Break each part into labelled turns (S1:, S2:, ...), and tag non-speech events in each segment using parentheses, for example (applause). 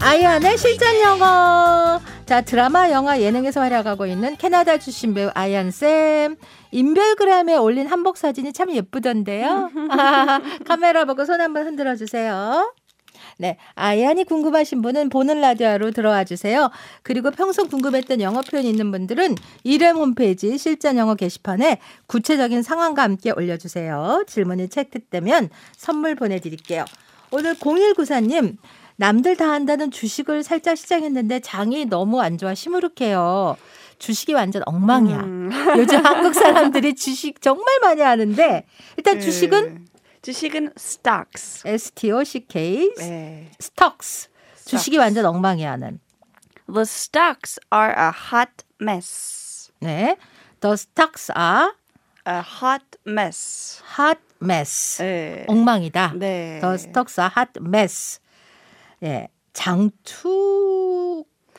S1: 아이안의 실전 영어. 자, 드라마, 영화, 예능에서 활약하고 있는 캐나다 출신 배우 아이안 쌤. 인별그램에 올린 한복 사진이 참 예쁘던데요. (laughs) 아, 카메라 보고 손 한번 흔들어 주세요. 네, 아이안이 궁금하신 분은 보는 라디오로 들어와 주세요. 그리고 평소 궁금했던 영어 표현 있는 분들은 이름 홈페이지 실전 영어 게시판에 구체적인 상황과 함께 올려주세요. 질문이 체크되면 선물 보내드릴게요. 오늘 0194님, 남들 다 한다는 주식을 살짝 시작했는데 장이 너무 안 좋아 시무룩해요. 주식이 완전 엉망이야.
S2: 음.
S1: 요즘 한국 사람들이 주식 정말 많이 하는데 일단 주식은
S2: 네. 주식은 stocks.
S1: STOCK,
S2: 네.
S1: 스톡스. 주식이 완전 엉망이야 는.
S2: The stocks are a hot mess.
S1: 네. 아 The stocks are
S2: A hot mess.
S1: hot mess.
S2: 네.
S1: 엉망이다.
S2: 네.
S1: The stocks are hot mess. 예.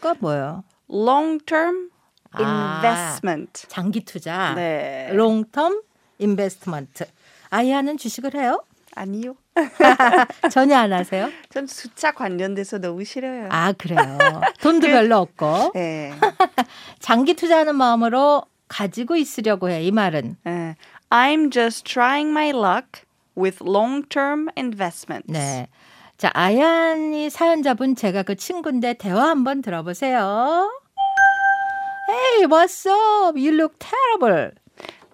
S1: 장투가 뭐예요?
S2: Long term
S1: 아.
S2: investment.
S1: 장기 투자.
S2: 네.
S1: long term investment. 아이아는 주식을 해요?
S2: 아니요.
S1: 전혀 안 하세요?
S2: 전 숫자 관련돼서 너무 싫어요.
S1: 아, 그래요. 돈도 별로 없고.
S2: 네.
S1: 장기 투자하는 마음으로 가지고 있으려고 해, 이 말은.
S2: (laughs) 네. I'm just trying my luck with long-term investments.
S1: 네. 자, 아얀이 사연자분 제가 그 친구인데 대화 한번 들어보세요. Hey, what's up? You look terrible.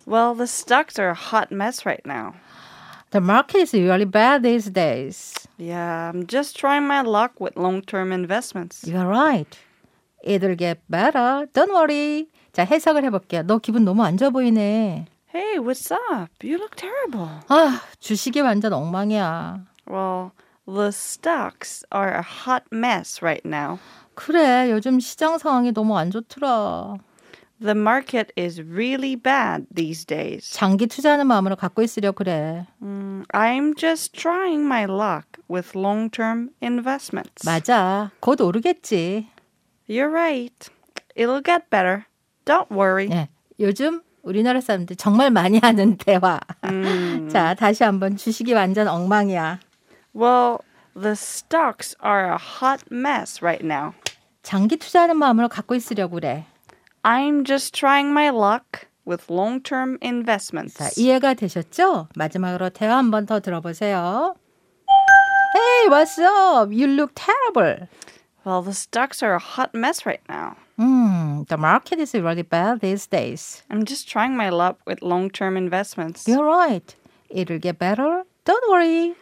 S2: Well, the stocks are a hot mess right now.
S1: The market is really bad these days.
S2: Yeah, I'm just trying my luck with long-term investments.
S1: You're right. It'll get better. Don't worry. 자, 해석을 해볼게요. 너 기분 너무 안 좋아 보이네.
S2: Hey, what's up? You look terrible.
S1: 아, 주식이 완전 엉망이야.
S2: Well, the stocks are a hot mess right now.
S1: 그래, 요즘 시장 상황이 너무 안 좋더라.
S2: The market is really bad these days.
S1: 장기 투자하는 마음으로 갖고 있으려 그래.
S2: Mm, I'm just trying my luck with long-term investments.
S1: 맞아. 곧 오르겠지.
S2: You're right. It'll get better. Don't worry.
S1: 예. 요즘 우리나라 사람들 정말 많이 하는 대화. 자, 다시 한번 주식이 완전 엉망이야.
S2: Well, the stocks are a hot mess right now.
S1: 장기 투자하는 마음으로 갖고 있으려고 그래.
S2: I'm just trying my luck with long-term investments.
S1: 자, 이해가 되셨죠? 마지막으로 대화 한 번 더 들어보세요. Hey, what's up? You look terrible.
S2: Well, the stocks are a hot mess right now.
S1: 음, the market is really bad these days.
S2: I'm just trying my luck with long-term investments.
S1: You're right. It'll get better. Don't worry.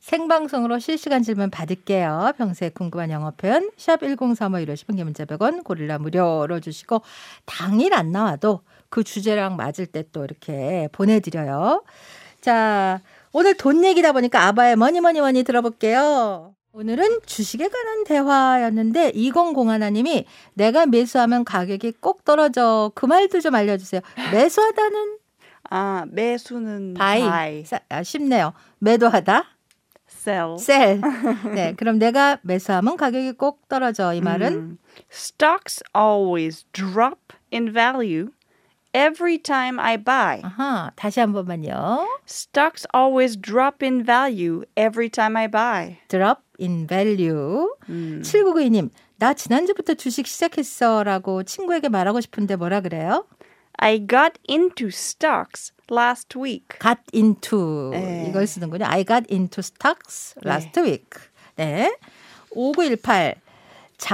S1: 생방송으로 실시간 질문 받을게요. 평소에 궁금한 영어 표현 샵 1035 이러시면 문자 100원 고릴라 무료로 주시고 당일 안 나와도 그 주제랑 맞을 때 또 이렇게 보내드려요. 자 오늘 돈 얘기다 보니까 아바의 뭐니 뭐니 뭐니 들어볼게요. 오늘은 주식에 관한 대화였는데 2001님이 내가 매수하면 가격이 꼭 떨어져 그 말도 좀 알려주세요. 매수하다는
S2: 아, 매수는
S1: 바이. 사- 아, 쉽네요. 매도하다.
S2: sell.
S1: 셀. 네, 그럼 내가 매수하면 가격이 꼭 떨어져. 이 말은
S2: 음. Stocks always drop in value every time I buy.
S1: 아하, 다시 한 번만요.
S2: Stocks always drop in value every time I buy.
S1: drop in value. 7992님, 나 지난주부터 주식 시작했어라고 친구에게 말하고 싶은데 뭐라 그래요?
S2: I got into stocks last week.
S1: got into
S2: 네.
S1: 이걸 쓰는군요. I got into stocks last week. 네. 5918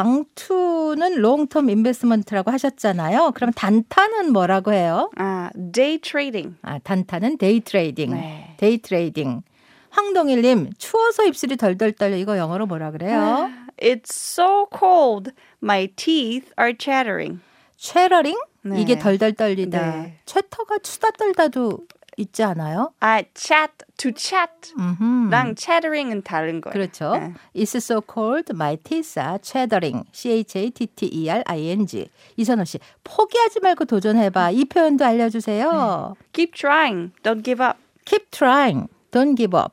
S1: 장투는 롱텀 인베스먼트라고 하셨잖아요. 그럼 단타는 뭐라고 해요?
S2: 아, Uh, day trading.
S1: 아, 단타는 데이 트레이딩.
S2: 네.
S1: 데이 트레이딩. 황동일 님, 추워서 입술이 덜덜 떨려. 이거 영어로 뭐라 그래요?
S2: 아. It's so cold. My teeth are chattering.
S1: 최러링?
S2: 네.
S1: 이게 덜덜 떨리다.
S2: 네.
S1: 최터가 추다 떨다도 있지 않아요?
S2: 아, chat to chat.
S1: 음흠.
S2: 랑 chattering은 다른 거예요.
S1: 그렇죠.
S2: 네.
S1: It's so cold, my teeth are chattering. E C-H-A-T-T-E-R-I-N-G. 이선호 씨, 포기하지 말고 도전해봐. 이 표현도 알려주세요.
S2: Keep trying. Don't give up.
S1: Keep trying. Don't give up.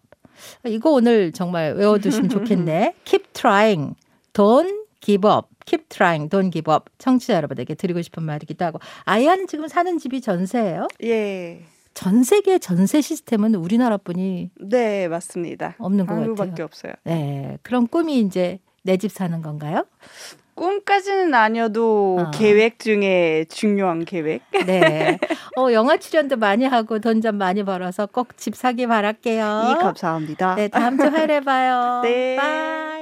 S1: 이거 오늘 정말 (laughs) 외워두시면 좋겠네. Keep trying. Don't give up. Keep trying. Don't give up. 청취자 여러분에게 드리고 싶은 말이기도 하고. 아이아는 지금 사는 집이 전세예요?
S2: 예.
S1: 전 세계 전세 시스템은 우리나라뿐이
S2: 네, 맞습니다.
S1: 없는 것 같아요.
S2: 한국밖에 없어요.
S1: 네, 그런 꿈이 이제 내 집 사는 건가요?
S2: 꿈까지는 아니어도
S1: 어.
S2: 계획 중에 중요한 계획.
S1: 네. 어, 영화 출연도 많이 하고 돈 좀 많이 벌어서 꼭 집 사기 바랄게요.
S2: 이
S1: (laughs)
S2: 감사합니다.
S1: 네, 다음 주 화요일에 봐요.
S2: 네.
S1: 바이.